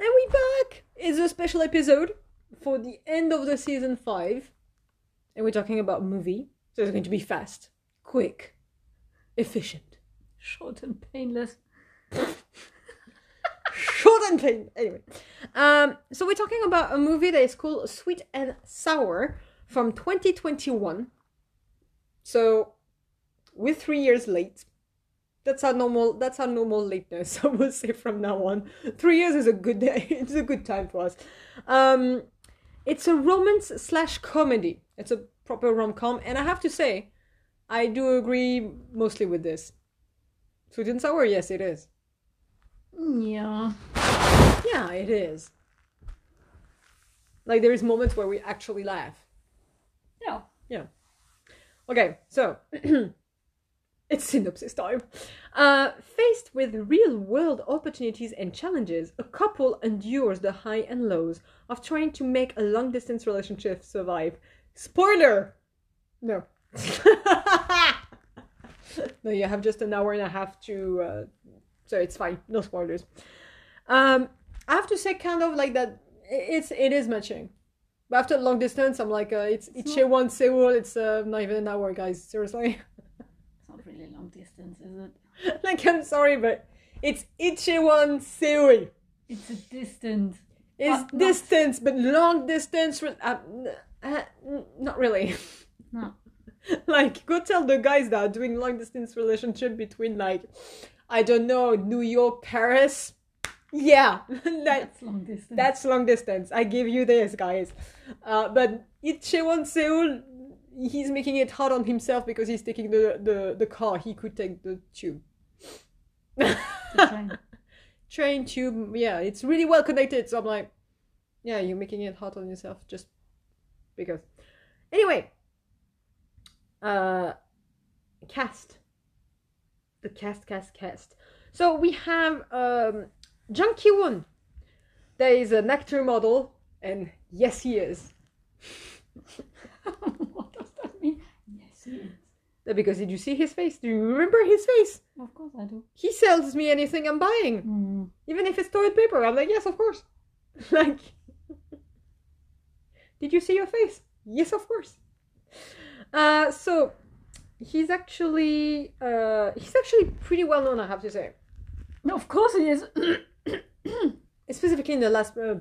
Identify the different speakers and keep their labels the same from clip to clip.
Speaker 1: we back? It's a special episode for the end of the season five, and we're talking about movie. So it's going to be fast, quick, efficient, short and painless. short and plain. Anyway, um, so we're talking about a movie that is called Sweet and Sour from 2021. So we're three years late. That's our normal. That's our normal lateness. I will say from now on, three years is a good day. It's a good time for us. Um, it's a romance slash comedy. It's a proper rom com, and I have to say, I do agree mostly with this. Sweet and sour, yes, it is.
Speaker 2: Yeah.
Speaker 1: Yeah, it is. Like there is moments where we actually laugh.
Speaker 2: Yeah.
Speaker 1: Yeah. Okay, so it's synopsis time. Uh, faced with real world opportunities and challenges, a couple endures the high and lows of trying to make a long distance relationship survive. Spoiler! No. no, you have just an hour and a half to. Uh, so it's fine. No spoilers. Um, I have to say, kind of like that. It's it is matching, but after long distance, I'm like, uh, it's
Speaker 2: It's
Speaker 1: Ichiwan one Seoul. It's uh, not even an hour, guys. Seriously,
Speaker 2: It's not really long distance, is it?
Speaker 1: like I'm sorry, but it's Ichiwan Seoul.
Speaker 2: It's a distance.
Speaker 1: It's
Speaker 2: But not-
Speaker 1: distance, but long distance. re- Uh, n- uh, n- not really.
Speaker 2: No.
Speaker 1: like, go tell the guys that are doing long distance relationship between like, I don't know, New York, Paris. Yeah, like
Speaker 2: That's long distance.
Speaker 1: That's long distance. I give you this, guys. Uh, but Ichiwan Seoul, he's making it hard on himself because he's taking the, the, the car. He could take the tube.
Speaker 2: the train.
Speaker 1: Train, tube, yeah, it's really well connected. So I'm like, yeah, you're making it hard on yourself just because. Anyway, uh, cast. The cast, cast, cast. So we have um, Jung Ki Woon. There is an actor model, and yes, he is.
Speaker 2: what does that mean? Yes, it is.
Speaker 1: That Because did you see his face? Do you remember his face?
Speaker 2: Of course I do.
Speaker 1: He sells me anything I'm buying,
Speaker 2: Mm.
Speaker 1: even if it's toilet paper. I'm like, yes, of course. like, did you see your face? Yes, of course. Uh, so he's actually uh, he's actually pretty well known, I have to say,
Speaker 2: No, of course it is.
Speaker 1: specifically in the last uh,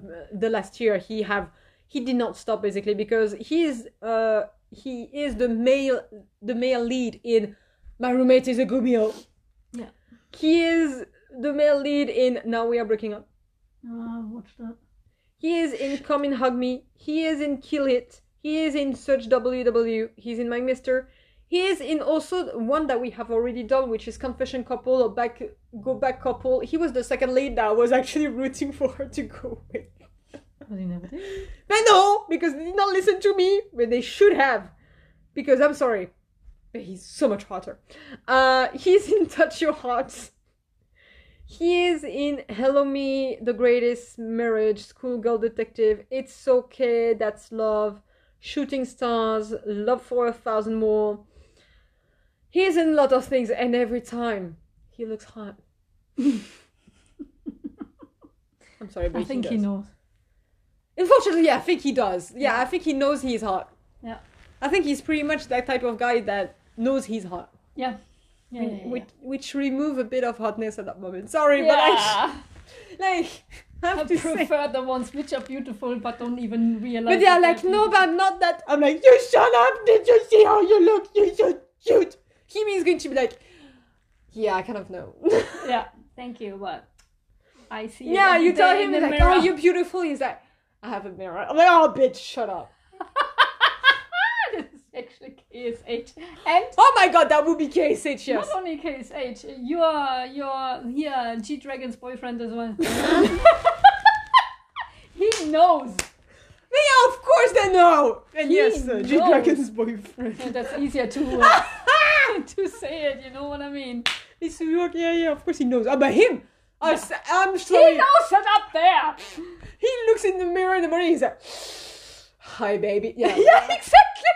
Speaker 1: the last year. He have he did not stop basically because he is uh, he is the male the male lead in My Roommate is a Gumio.
Speaker 2: yeah.
Speaker 1: He is the male lead in Now We Are Breaking Up.
Speaker 2: Uh, watch that.
Speaker 1: He is in Come and Hug Me. He is in Kill It. He is in Search WW. He's in My Mister. He is in also one that we have already done, which is Confession Couple or Back Go Back Couple. He was the second lead that I was actually rooting for her to go with.
Speaker 2: But you never did.
Speaker 1: But no, because they did not listen to me, but they should have. Because I'm sorry, but he's so much hotter. Uh, he's in Touch Your Heart. He is in Hello Me, The Greatest Marriage, Schoolgirl Detective, It's Okay, That's Love, Shooting Stars, Love for a Thousand More. He's in a lot of things, and every time he looks hot. I'm sorry, but
Speaker 2: I think
Speaker 1: he
Speaker 2: he
Speaker 1: does.
Speaker 2: knows.
Speaker 1: Unfortunately, yeah, I think he does. Yeah, I think he knows he's hot.
Speaker 2: Yeah.
Speaker 1: I think he's pretty much that type of guy that knows he's hot,
Speaker 2: Yeah. Yeah. yeah, yeah,
Speaker 1: which,
Speaker 2: yeah.
Speaker 1: which remove a bit of hotness at that moment. Sorry, but I
Speaker 2: Yeah.
Speaker 1: like I
Speaker 2: I
Speaker 1: have to say.
Speaker 2: prefer the ones which are beautiful but don't even realize.
Speaker 1: But they are
Speaker 2: that
Speaker 1: like,
Speaker 2: they're
Speaker 1: no, but not that. I'm like, you shut up. Did you see how you look? You're so cute. Him is going to be like, yeah, I kind of know.
Speaker 2: beautiful. Yeah. Thank you, but I see. it
Speaker 1: yeah,
Speaker 2: every
Speaker 1: you tell
Speaker 2: day
Speaker 1: him
Speaker 2: in
Speaker 1: he's
Speaker 2: the
Speaker 1: like,
Speaker 2: mirror.
Speaker 1: oh, you're beautiful. He's like, I have a mirror. I'm like, oh, bitch, shut up.
Speaker 2: This is actually KSH. And
Speaker 1: Oh my god, that would be KSH, yes.
Speaker 2: not only KSH, you're you're here uh, G Dragon's boyfriend as well. he knows.
Speaker 1: Yeah, of course they know. And
Speaker 2: He
Speaker 1: yes, uh, G
Speaker 2: knows.
Speaker 1: Dragon's boyfriend.
Speaker 2: Yeah, that's easier to uh, to say it. You know what I mean?
Speaker 1: It's New York. Yeah, yeah. Of course he knows. Ah, but him. I s- I'm
Speaker 2: He
Speaker 1: sorry.
Speaker 2: knows that up there.
Speaker 1: He looks in the mirror in the morning. He's like, "Hi, baby." Yeah,
Speaker 2: Yeah, exactly.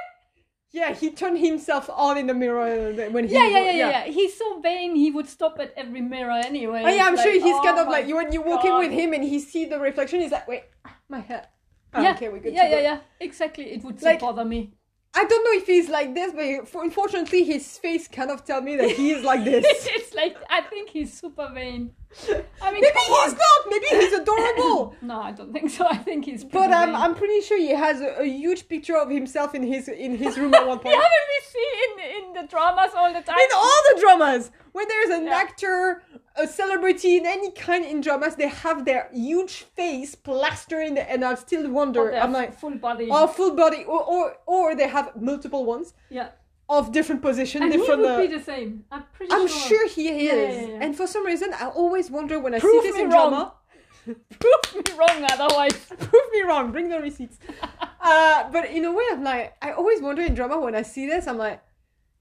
Speaker 1: Yeah, he turned himself on in the mirror uh, when he.
Speaker 2: Yeah, yeah, yeah, yeah, yeah. He's so vain. He would stop at every mirror anyway.
Speaker 1: Oh yeah, I'm
Speaker 2: It's
Speaker 1: sure
Speaker 2: like,
Speaker 1: he's kind
Speaker 2: oh
Speaker 1: of like
Speaker 2: my
Speaker 1: you when you walk in
Speaker 2: God.
Speaker 1: with him and he see the reflection. He's like, wait, ah, my hair. Oh,
Speaker 2: yeah,
Speaker 1: okay, we're good.
Speaker 2: yeah,
Speaker 1: to go.
Speaker 2: yeah, yeah. Exactly. It would still
Speaker 1: Like-
Speaker 2: bother me.
Speaker 1: I don't know if he's like this, but he- for- unfortunately, his face kind of tell me that he is like this.
Speaker 2: it's like I think he's super vain. I mean,
Speaker 1: Maybe
Speaker 2: come on.
Speaker 1: he's not. Maybe he's adorable.
Speaker 2: No, I don't think so. I think he's.
Speaker 1: But
Speaker 2: pretty
Speaker 1: I'm,
Speaker 2: vain.
Speaker 1: I'm pretty sure he has a, a huge picture of himself in his in his room at one point.
Speaker 2: Yeah, but we see in in the dramas all the time.
Speaker 1: In all the dramas, when there's an
Speaker 2: Yeah.
Speaker 1: actor, a celebrity in any kind in dramas, they have their huge face plastered in, the, and I still
Speaker 2: Or
Speaker 1: wonder.
Speaker 2: their
Speaker 1: I'm like,
Speaker 2: full body.
Speaker 1: or full body, or, or or they have multiple ones
Speaker 2: yeah,
Speaker 1: of different position,
Speaker 2: and he
Speaker 1: different.
Speaker 2: would
Speaker 1: uh,
Speaker 2: be the same. I'm pretty
Speaker 1: I'm
Speaker 2: sure.
Speaker 1: sure he is,
Speaker 2: Yeah, yeah, yeah.
Speaker 1: and for some reason, I always wonder when I
Speaker 2: Prove
Speaker 1: see this
Speaker 2: me
Speaker 1: in
Speaker 2: wrong.
Speaker 1: drama.
Speaker 2: Prove me wrong, otherwise.
Speaker 1: prove me wrong. Bring the receipts. uh, but in a way, I'm like, I always wonder in drama when I see this, I'm like,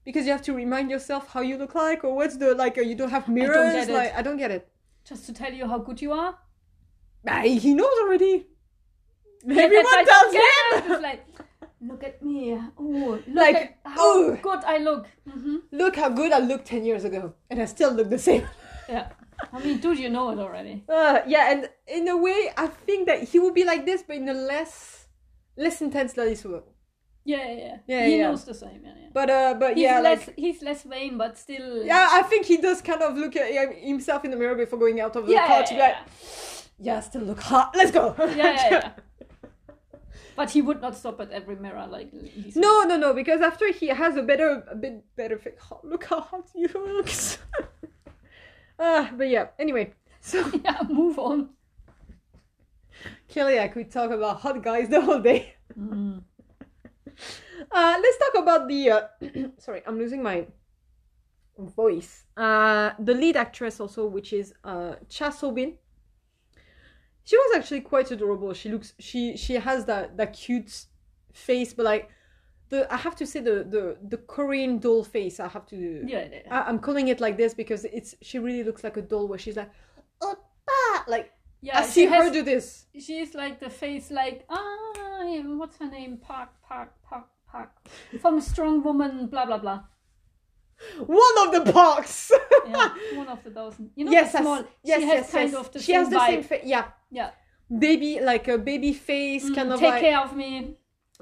Speaker 1: because you have to remind yourself how you look like, or what's the like, uh, you don't have mirrors.
Speaker 2: get it.
Speaker 1: like, I don't get it.
Speaker 2: Just to tell you how good you are.
Speaker 1: Ah, he knows already.
Speaker 2: That's why
Speaker 1: Everyone
Speaker 2: I
Speaker 1: tells
Speaker 2: don't care. It's
Speaker 1: him.
Speaker 2: like, look at me. Oh, look
Speaker 1: Like, Mm-hmm.
Speaker 2: at how
Speaker 1: oh.
Speaker 2: good I look. hmm
Speaker 1: Look how good I looked ten years ago, and I still look the same.
Speaker 2: Yeah. I mean, dude, you know it already.
Speaker 1: Uh, yeah, and in a way, I think that he will be like this, but in a less, less intense Lalisu.
Speaker 2: Yeah, yeah, yeah.
Speaker 1: Yeah,
Speaker 2: he
Speaker 1: yeah.
Speaker 2: knows the same. Yeah, yeah.
Speaker 1: But uh, but
Speaker 2: He's
Speaker 1: yeah, like
Speaker 2: less. he's less vain, but still.
Speaker 1: Yeah, I think he does kind of look at him- himself in the mirror before going out of the
Speaker 2: Yeah,
Speaker 1: car to be
Speaker 2: yeah,
Speaker 1: like, yeah, I still look hot. Let's go.
Speaker 2: yeah, yeah, yeah. But he would not stop at every mirror like. he's-
Speaker 1: No, no, no, because after he has a better, a bit better face. Oh, look how hot you look. uh, but yeah, anyway. So,
Speaker 2: Yeah, move on.
Speaker 1: Kelly, I could talk about hot guys the whole day. Uh, let's talk about the. Uh, sorry, I'm losing my voice. Uh, the lead actress also, which is uh, Cha Sobin. She was actually quite adorable. She looks. She she has that that cute face, but like the I have to say the the the Korean doll face. I have to.
Speaker 2: Yeah, yeah, yeah.
Speaker 1: I, I'm calling it like this because it's she really looks like a doll where she's like, oppa, like
Speaker 2: yeah
Speaker 1: I see
Speaker 2: she has,
Speaker 1: her do this.
Speaker 2: She's like the face, like ah, yeah, what's her name? Park, Park, Park, Park, from Strong Woman, blah blah blah.
Speaker 1: One of the parks.
Speaker 2: Yeah, one of the thousand. You know,
Speaker 1: yes,
Speaker 2: the
Speaker 1: I s-
Speaker 2: small.
Speaker 1: yes,
Speaker 2: she has
Speaker 1: yes,
Speaker 2: kind
Speaker 1: yes.
Speaker 2: of the
Speaker 1: she
Speaker 2: same
Speaker 1: has the
Speaker 2: vibe.
Speaker 1: same face. Yeah,
Speaker 2: Yeah,
Speaker 1: baby, like a baby face, kind
Speaker 2: Mm,
Speaker 1: of
Speaker 2: take
Speaker 1: like.
Speaker 2: care of me.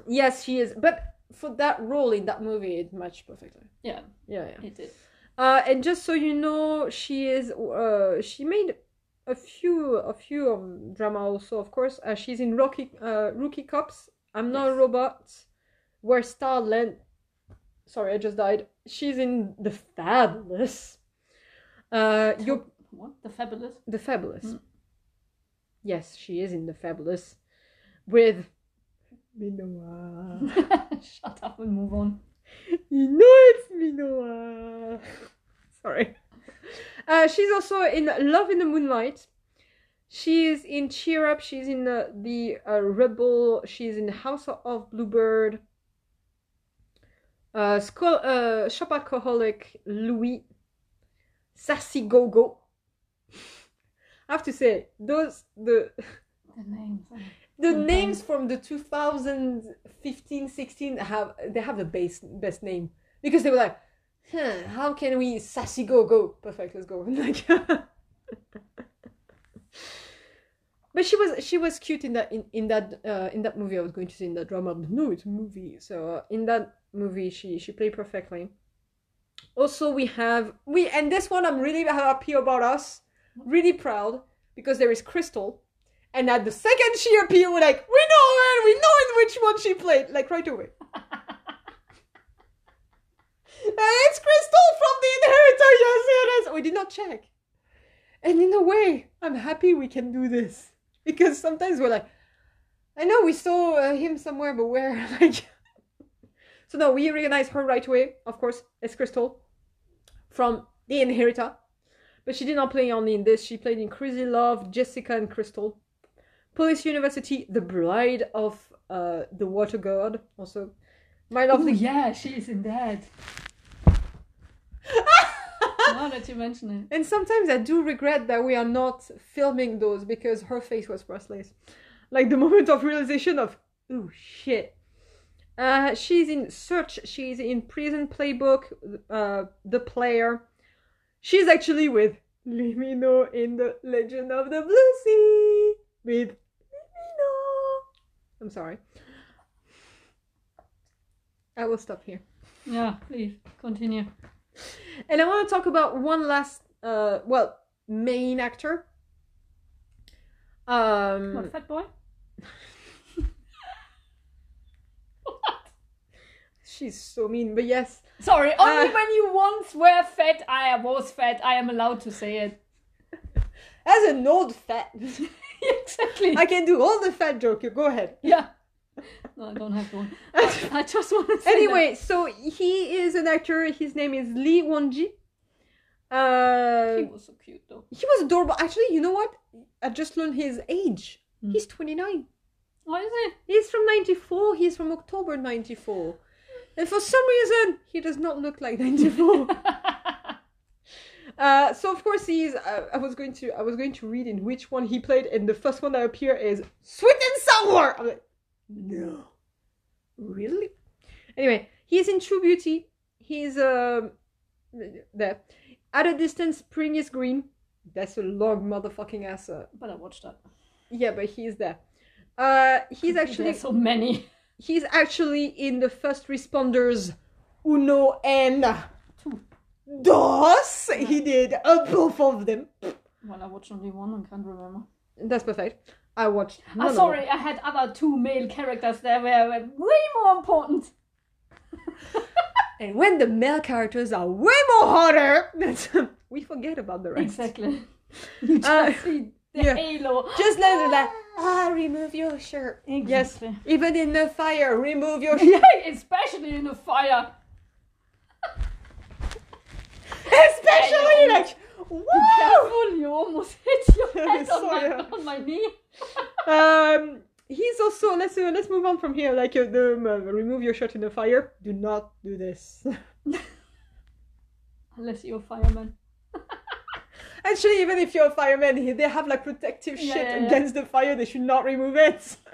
Speaker 1: Yes, she is. But for that role in that movie, it matched perfectly.
Speaker 2: Yeah,
Speaker 1: Yeah, yeah.
Speaker 2: it did.
Speaker 1: Uh, and just so you know, she is. Uh, she made a few, a few um, drama also, of course. Uh, she's in Rocky, uh, Rookie Cops. I'm not a
Speaker 2: Yes.
Speaker 1: robot. Where Starland. Sorry, I just died. She's in the fabulous. Uh, your
Speaker 2: What the fabulous?
Speaker 1: The Fabulous.
Speaker 2: Mm.
Speaker 1: Yes, she is in The Fabulous with Minoa.
Speaker 2: Shut up and move on.
Speaker 1: you know it's Minoa. Sorry. Uh, she's also in Love in the Moonlight. She is in Cheer Up. She's in the, the uh, Rebel. She's in House of Bluebird. Uh, school, uh, Shop Alcoholic, Louis, Sassy Go Go. I have to say, those, the,
Speaker 2: The names.
Speaker 1: the
Speaker 2: Sometimes.
Speaker 1: names from the 2015 16 have they have the best best name because they were like huh, how can we sassy go go perfect let's go like but she was she was cute in that in, in that uh, in that movie i was going to say in that drama but no it's a movie so uh, in that movie she she played perfectly also we have we and this one i'm really happy about us really proud because there is crystal and at the second she appeared, we're like, we know her, we know in which one she played, like right away. and it's Crystal from The Inheritor, yes, it is. We did not check. And in a way, I'm happy we can do this because sometimes we're like, I know we saw uh, him somewhere, but where? Like, so no, we recognize her right away. Of course, it's Crystal from The Inheritor, but she did not play only in this. She played in Crazy Love, Jessica, and Crystal. Police University, The Bride of uh, the Water God, also. My
Speaker 2: Oh
Speaker 1: lovely.
Speaker 2: yeah, she is in that. now that you mention it.
Speaker 1: And sometimes I do regret that we are not filming those because her face was priceless. Like the moment of realization of, oh shit. Uh, she's in Search. She's in Prison Playbook. Uh, the Player. She's actually with Limino in the Legend of the Blue Sea. With Limino. I'm sorry. I will stop here.
Speaker 2: Yeah, please continue.
Speaker 1: And I want to talk about one last, uh, well, main actor. Um,
Speaker 2: What fat boy?
Speaker 1: She's so mean, but yes.
Speaker 2: Sorry, only
Speaker 1: Uh,
Speaker 2: when you once were fat, I was fat. I am allowed to say it.
Speaker 1: As an old fat,
Speaker 2: exactly.
Speaker 1: I can do all the fat joke. You go ahead.
Speaker 2: yeah. No, I don't have to. I just want to. Say that.
Speaker 1: anyway, so he is an actor. His name is Lee Wonji. Uh,
Speaker 2: he
Speaker 1: he,
Speaker 2: was so cute though.
Speaker 1: was adorable. Actually, you know what? I just learned his age. He's 29.
Speaker 2: Why is it?
Speaker 1: He's from 94. He's from October 94. And for some reason, he does not look like 94. Uh, so of course he's. Uh, I was going to. I was going to read in which one he played, and the first one that appeared is Sweet and Sour. I'm like, no, really? Anyway, he's in True Beauty. He's um there. At a distance, spring is green. That's a long motherfucking ass. Uh,
Speaker 2: but I watched that.
Speaker 1: yeah, but he's there. Uh, he's actually
Speaker 2: There's so many.
Speaker 1: he's actually in the first responders uno and
Speaker 2: Two.
Speaker 1: dos. He did uh, both of them.
Speaker 2: Well, I watched only one and can't remember.
Speaker 1: That's perfect. I watched. none
Speaker 2: Oh,
Speaker 1: of
Speaker 2: sorry, I had other two male characters there were were way more important.
Speaker 1: them. And when the male characters are way more hotter, that's, we forget about the rest.
Speaker 2: Exactly. You just
Speaker 1: Uh,
Speaker 2: see the
Speaker 1: yeah.
Speaker 2: halo.
Speaker 1: Just let it like, ah, remove your shirt. Yes.
Speaker 2: Exactly.
Speaker 1: Even in the fire, remove your shirt.
Speaker 2: Yeah, especially in a fire.
Speaker 1: Especially like, wow!
Speaker 2: Careful, you almost hit your
Speaker 1: Yeah,
Speaker 2: head on
Speaker 1: sorry.
Speaker 2: my, on my knee.
Speaker 1: Um, he's also let's uh, let's move on from here. Like uh, the um, uh, remove your shirt in the fire. Do not do this.
Speaker 2: Unless you're a fireman.
Speaker 1: Actually, even if you're a fireman, he- they have like protective
Speaker 2: Yeah,
Speaker 1: shit
Speaker 2: yeah, yeah.
Speaker 1: against the fire. They should not remove it.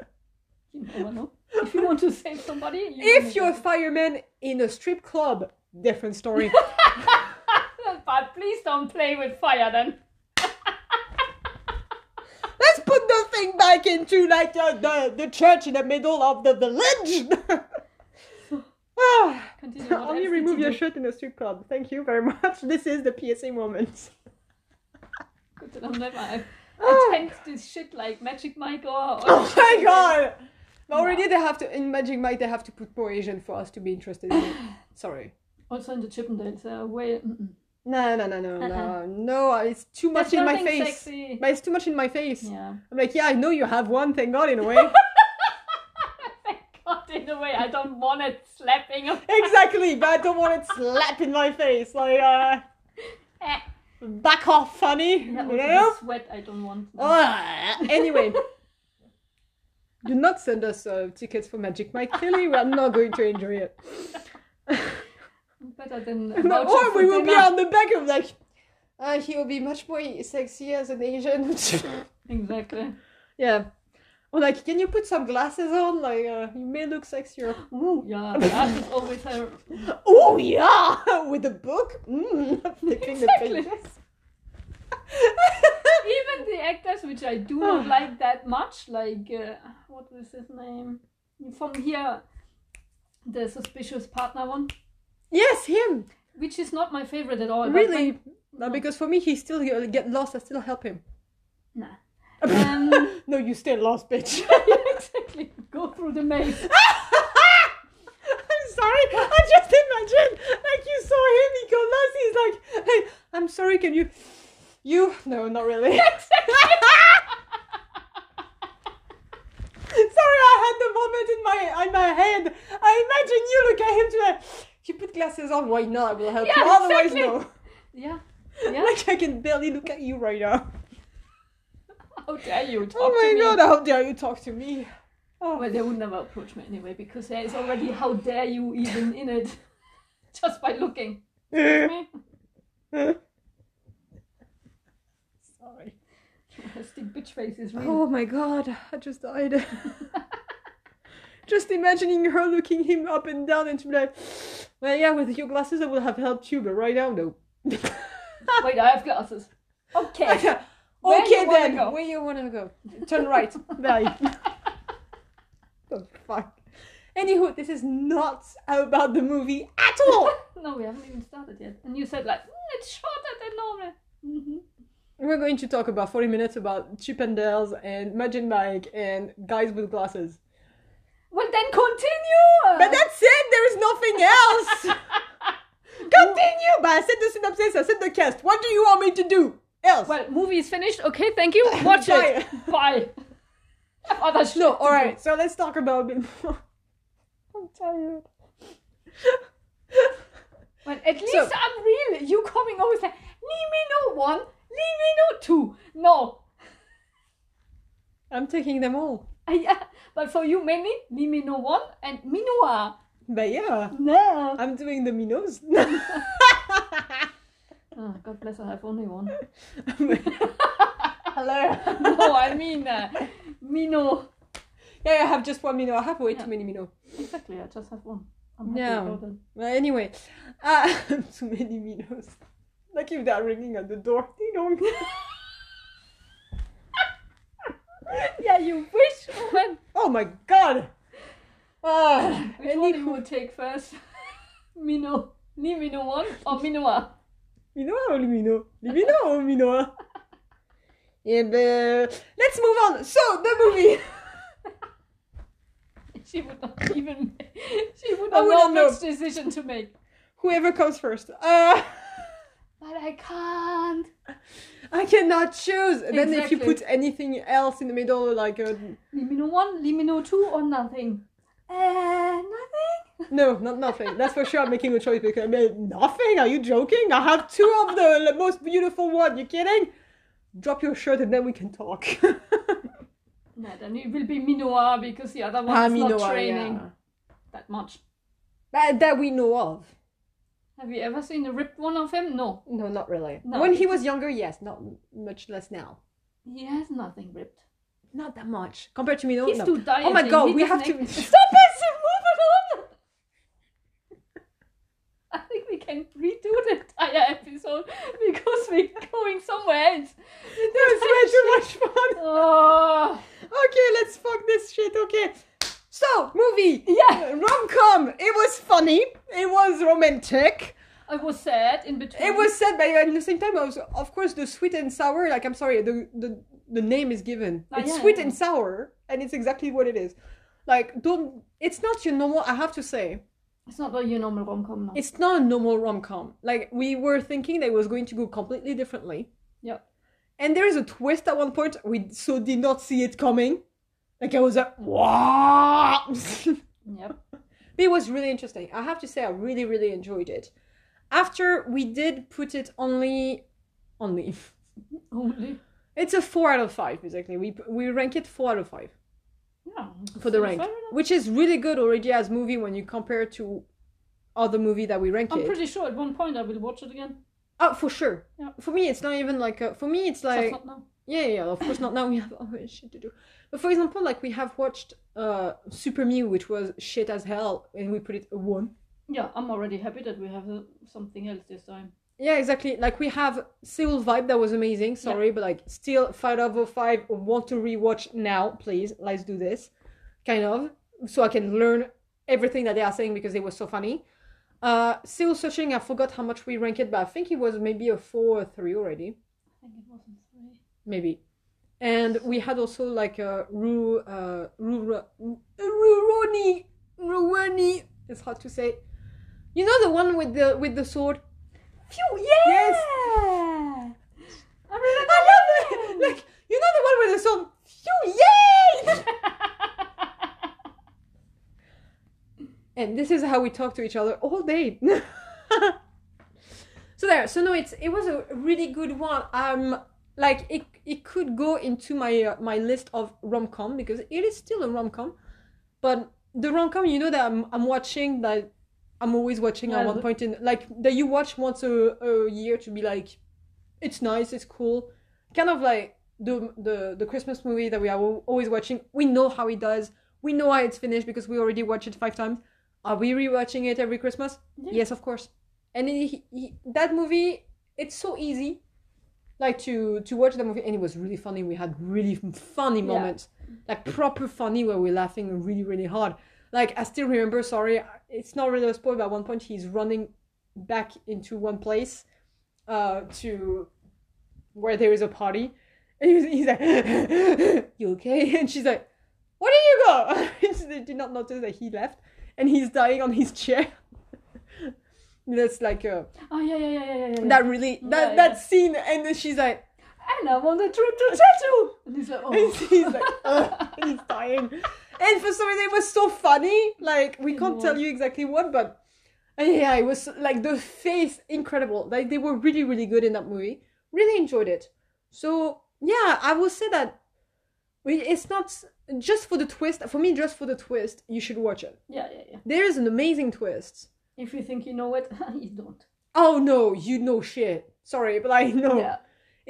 Speaker 2: You never know. If you want to save somebody, you
Speaker 1: If you're a fireman in a strip club, different story.
Speaker 2: But please don't play with fire then.
Speaker 1: Let's put the thing back into like uh, the the church in the middle of the village. Ah,
Speaker 2: Continue. what else
Speaker 1: Only
Speaker 2: did
Speaker 1: remove
Speaker 2: you
Speaker 1: your
Speaker 2: do?
Speaker 1: shirt in a strip club. Thank you very much. This is the PSA moment.
Speaker 2: Good that I'm never. I
Speaker 1: Oh.
Speaker 2: attempt this shit like Magic Mike or. or
Speaker 1: Oh my
Speaker 2: shit.
Speaker 1: god! Already they have to in Magic Mike they have to put more Asian for us to be interested in it. Sorry.
Speaker 2: Also in the Chippendales, uh, way. Mm-mm.
Speaker 1: No no no no no
Speaker 2: Uh-uh.
Speaker 1: no it's too much
Speaker 2: There's
Speaker 1: in my
Speaker 2: nothing
Speaker 1: face.
Speaker 2: Sexy.
Speaker 1: But it's too much in my face.
Speaker 2: Yeah.
Speaker 1: I'm like, yeah, I know you have one, thank god in a way.
Speaker 2: Thank God, in a way, I don't want it slapping. up.
Speaker 1: exactly, but I don't want it slap in my face. Like uh
Speaker 2: Eh.
Speaker 1: back off funny.
Speaker 2: Yeah,
Speaker 1: you
Speaker 2: also
Speaker 1: know?
Speaker 2: the sweat, I don't want.
Speaker 1: Ah, anyway. Do not send us uh, tickets for Magic Mike. Clearly, we are not going to enjoy it.
Speaker 2: Better than.
Speaker 1: No,
Speaker 2: voucher
Speaker 1: or
Speaker 2: for
Speaker 1: we will be
Speaker 2: dinner.
Speaker 1: on the back of like, uh, he will be much more sexy as an Asian.
Speaker 2: Exactly.
Speaker 1: yeah. Or like, can you put some glasses on? Like, uh, you may look sexier.
Speaker 2: Ooh, yeah, that is always her.
Speaker 1: Oh yeah, with a book. Mm, flipping
Speaker 2: Exactly.
Speaker 1: the pages.
Speaker 2: Even the actors which I do not like that much, like uh, what was his name from here, the suspicious partner one,
Speaker 1: yes, him.
Speaker 2: which is not my favorite at all. but
Speaker 1: really?
Speaker 2: No.
Speaker 1: No, because for me, he still he'll get lost. I still help him.
Speaker 2: Nah. Um,
Speaker 1: No, you stay lost, bitch.
Speaker 2: exactly. Go through the maze.
Speaker 1: I'm sorry. I just imagine like you saw him. He got lost. He's like, hey, I'm sorry. Can you? You? No, not really. sorry, I had the moment in my in my head. I imagine you look at him to like, if you put glasses on, why not? I will help you.
Speaker 2: Yeah,
Speaker 1: Otherwise,
Speaker 2: exactly. Yeah.
Speaker 1: no.
Speaker 2: Yeah.
Speaker 1: Like I can barely look at you right now.
Speaker 2: How dare you talk
Speaker 1: oh my
Speaker 2: to me?
Speaker 1: god! How dare you talk to me? Oh.
Speaker 2: Well, they would never approach me anyway because there is already how dare you even in it, just by looking. Me?
Speaker 1: sorry.
Speaker 2: Stick bitch face is real.
Speaker 1: Oh my god! I just died. Just imagining her looking him up and down and to be like, well, yeah, with your glasses I would have helped you, but right now, no. Oh.
Speaker 2: Wait, I have glasses.
Speaker 1: okay
Speaker 2: Okay. Where you wanna
Speaker 1: then,
Speaker 2: go?
Speaker 1: where you want to go? Turn right. Bye. the fuck. Anywho, this is not about the movie at all.
Speaker 2: no, we haven't even started yet. And you said like "Mm, it's shorter than normal. hmm
Speaker 1: We're going to talk about 40 minutes about Chip and Dale's and Majin Mike and guys with glasses.
Speaker 2: Well, then continue.
Speaker 1: But that's it, there is nothing else! Continue! But I said the synopsis, I said the cast. What do you want me to do else?
Speaker 2: well, movie is finished. Okay, thank you. Watch it. Bye. I have other shit
Speaker 1: no,
Speaker 2: to
Speaker 1: alright, so let's talk about a bit more. I'm tired.
Speaker 2: do. Well, at least I'm real. You coming always like leave me no one, leave me no two. No,
Speaker 1: I'm taking them all.
Speaker 2: Ah, yeah. But for you, mainly leave me no one and Minoa.
Speaker 1: But yeah,
Speaker 2: No.
Speaker 1: I'm doing the Minos.
Speaker 2: Oh, God bless. I have only one.
Speaker 1: Hello.
Speaker 2: no, I mean uh, Mino.
Speaker 1: Yeah, I have just one Mino. I have way
Speaker 2: Yeah.
Speaker 1: too many Mino.
Speaker 2: Exactly, I just have one. I'm happy
Speaker 1: No.
Speaker 2: about it.
Speaker 1: Well, anyway, uh, too many Minos. Like if they're ringing at the door. Ding dong.
Speaker 2: Yeah, you wish, woman.
Speaker 1: Oh my god! Ah,
Speaker 2: Which one you would take first? Mino. Ni Mino 1 or Minoa?
Speaker 1: Minoa or Mino? Mino or Minoa? Yeah, but uh, let's move on. So, the movie.
Speaker 2: She would not even. She would
Speaker 1: I
Speaker 2: not
Speaker 1: wouldn't
Speaker 2: know which decision to make.
Speaker 1: Whoever comes first. Uh,
Speaker 2: But I can't.
Speaker 1: I cannot choose. Then if you
Speaker 2: Exactly.
Speaker 1: put anything else in the middle, like uh,
Speaker 2: Ni Mino 1, Ni Mino 2 or nothing? Uh,
Speaker 1: Eh,
Speaker 2: nothing?
Speaker 1: No, not nothing. That's for sure. I'm making a choice because I mean, nothing. Are you joking? I have two of the most beautiful one. You kidding? Drop your shirt and then we can talk.
Speaker 2: No, then it will be Minoa because the other one
Speaker 1: Ah,
Speaker 2: is
Speaker 1: Minowa,
Speaker 2: not training
Speaker 1: yeah.
Speaker 2: that much.
Speaker 1: That, that we know of.
Speaker 2: Have you ever seen a ripped one of him? No.
Speaker 1: No, not really.
Speaker 2: No.
Speaker 1: When he was younger, yes, not much less now.
Speaker 2: He has nothing ripped.
Speaker 1: Not that much compared to me. No,
Speaker 2: He's
Speaker 1: no.
Speaker 2: too dieting.
Speaker 1: Oh my god,
Speaker 2: He
Speaker 1: we have
Speaker 2: doesn't
Speaker 1: to
Speaker 2: ex- Stop it! Move it on! I think we can redo the entire episode because we're going somewhere else.
Speaker 1: That was way too much fun.
Speaker 2: Oh,
Speaker 1: Okay, let's fuck this shit. Okay. So, movie.
Speaker 2: yeah.
Speaker 1: Rom com. It was funny. It was romantic.
Speaker 2: I was sad in between.
Speaker 1: It was said, but at the same time, I was, of course, the sweet and sour. Like, I'm sorry, the the, the name is given.
Speaker 2: Ah,
Speaker 1: it's
Speaker 2: yeah,
Speaker 1: sweet
Speaker 2: yeah.
Speaker 1: and sour, and it's exactly what it is. Like, don't. It's not your normal. I have to say,
Speaker 2: It's not your normal rom com now.
Speaker 1: it's not a normal rom com. Like, we were thinking that it was going to go completely differently.
Speaker 2: Yep.
Speaker 1: And there is a twist at one point. We so did not see it coming. Like, I was like, wow.
Speaker 2: Yep.
Speaker 1: But it was really interesting. I have to say, I really, really enjoyed it. After we did put it only, only.
Speaker 2: Only.
Speaker 1: It's a four out of five, basically. We we rank it four out of five
Speaker 2: Yeah.
Speaker 1: for the
Speaker 2: Fair
Speaker 1: rank,
Speaker 2: enough.
Speaker 1: which is really good already as movie when you compare it to other movie that we rank
Speaker 2: I'm
Speaker 1: it.
Speaker 2: pretty sure at one point I will watch it again.
Speaker 1: oh, for sure.
Speaker 2: Yeah.
Speaker 1: For me, it's not even like a, for me, it's
Speaker 2: Just
Speaker 1: like
Speaker 2: not now.
Speaker 1: yeah, yeah. Of course, not now. We have other shit to do. But for example, like we have watched uh Super Me, which was shit as hell, and we put it a one.
Speaker 2: Yeah, I'm already happy that we have uh, something else this time.
Speaker 1: Yeah, exactly. Like we have Seoul Vibe that was amazing. Sorry, but like still five out of five. Want to rewatch now, please? Let's do this, kind of, so I can learn everything that they are saying because it was so funny. Uh, Seoul Searching. I forgot how much we rank it, but I think it was maybe a four or three already,
Speaker 2: I think it wasn't three.
Speaker 1: maybe. And we had also like a Ru uh Ru Ru- Ruroni Ruoni. It's hard to say. You know the one with the with the sword.
Speaker 2: Phew,
Speaker 1: Yes.
Speaker 2: yeah! I
Speaker 1: I love it. Like you know the one with the song "Phew, yay!" and this is how we talk to each other all day. so there. So no, it's it was a really good one. Um, like it it could go into my uh, my list of rom com because it is still a rom com, but the rom com you know that I'm I'm watching that. I'm always watching at
Speaker 2: Yeah,
Speaker 1: one
Speaker 2: the-
Speaker 1: point in like that you watch once a, a year to be like, it's nice, it's cool, kind of like the the the Christmas movie that we are al- always watching. We know how he does. We know how it's finished because we already watched it five times. Are we rewatching it every Christmas?
Speaker 2: Yeah.
Speaker 1: Yes, of course. And he, he, that movie, it's so easy, like to to watch the movie, and it was really funny. We had really funny
Speaker 2: Yeah.
Speaker 1: moments, like proper funny, where we're laughing really really hard. Like I still remember. Sorry, it's not really a spoil, but at one point he's running back into one place, uh, to where there is a party, and he's, he's like, "You okay?" And she's like, "Where did you go?" they did not notice that he left, and he's dying on his chair. That's like a
Speaker 2: Oh yeah, yeah, yeah, yeah, yeah. yeah.
Speaker 1: that really that
Speaker 2: Yeah,
Speaker 1: that
Speaker 2: yeah.
Speaker 1: scene, and then she's like,
Speaker 2: And I want a trip to Churchill. And he's like,
Speaker 1: and
Speaker 2: oh.
Speaker 1: he's like, "Ugh," and he's dying, and for some reason it was so funny. Like we
Speaker 2: It
Speaker 1: can't tell
Speaker 2: was.
Speaker 1: you exactly what, but and yeah, it was like the face incredible. Like they were really really good in that movie. Really enjoyed it. So yeah, I will say that we- it's not just for the twist. For me, just for the twist, you should watch it.
Speaker 2: Yeah, yeah, yeah.
Speaker 1: There is an amazing twist.
Speaker 2: If you think you know it, you don't.
Speaker 1: Oh no, you know shit. Sorry, but I know.
Speaker 2: Yeah.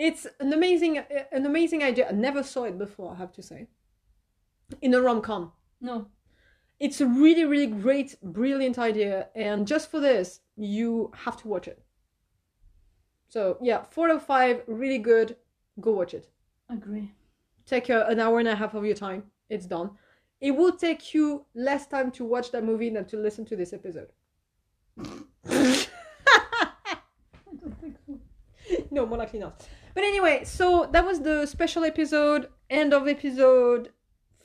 Speaker 1: It's an amazing, an amazing idea. I never saw it before. I have to say, in a rom com,
Speaker 2: No.
Speaker 1: it's a really, really great, brilliant idea. And just for this, you have to watch it. So yeah, four out of five, really good. Go watch it.
Speaker 2: Agree.
Speaker 1: Take uh, an hour and a half of your time. It's done. It will take you less time to watch that movie than to listen to this episode.
Speaker 2: I don't think so.
Speaker 1: no, more likely not. But anyway, so that was the special episode, end of episode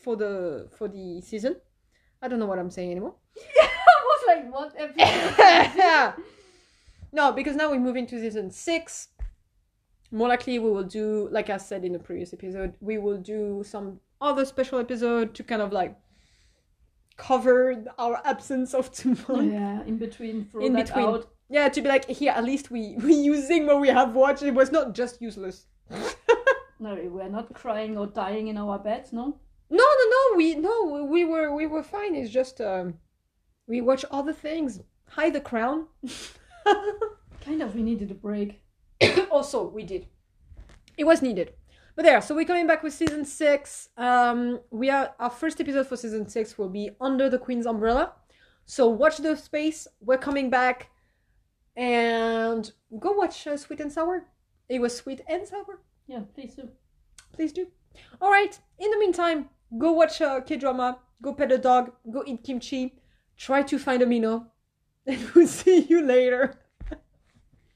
Speaker 1: for the for the season. I don't know what I'm saying anymore.
Speaker 2: I was like, what episode?
Speaker 1: no, because now we're moving to season six. More likely, we will do, like I said in the previous episode, we will do some other special episode to kind of like cover our absence of two months.
Speaker 2: yeah, in between, throw
Speaker 1: In
Speaker 2: that
Speaker 1: between.
Speaker 2: out.
Speaker 1: Yeah, to be like, here, at least we we using what we have watched. It was not just useless.
Speaker 2: No, we're not crying or dying in our beds, no?
Speaker 1: No, no, no. We no, we- we were we were fine. It's just um, we watch other things. Hide the crown.
Speaker 2: Kind of, we needed a break.
Speaker 1: also, we did. It was needed. But there, so we're coming back with season six. Um, we are our first episode for season six will be under the Queen's umbrella. So watch the space. We're coming back, and go watch uh, Sweet and Sour. It was sweet and sour.
Speaker 2: Yeah, please do.
Speaker 1: please do. All right. In the meantime, go watch a K drama. Go pet a dog. Go eat kimchi. Try to find a mino. And we'll see you later.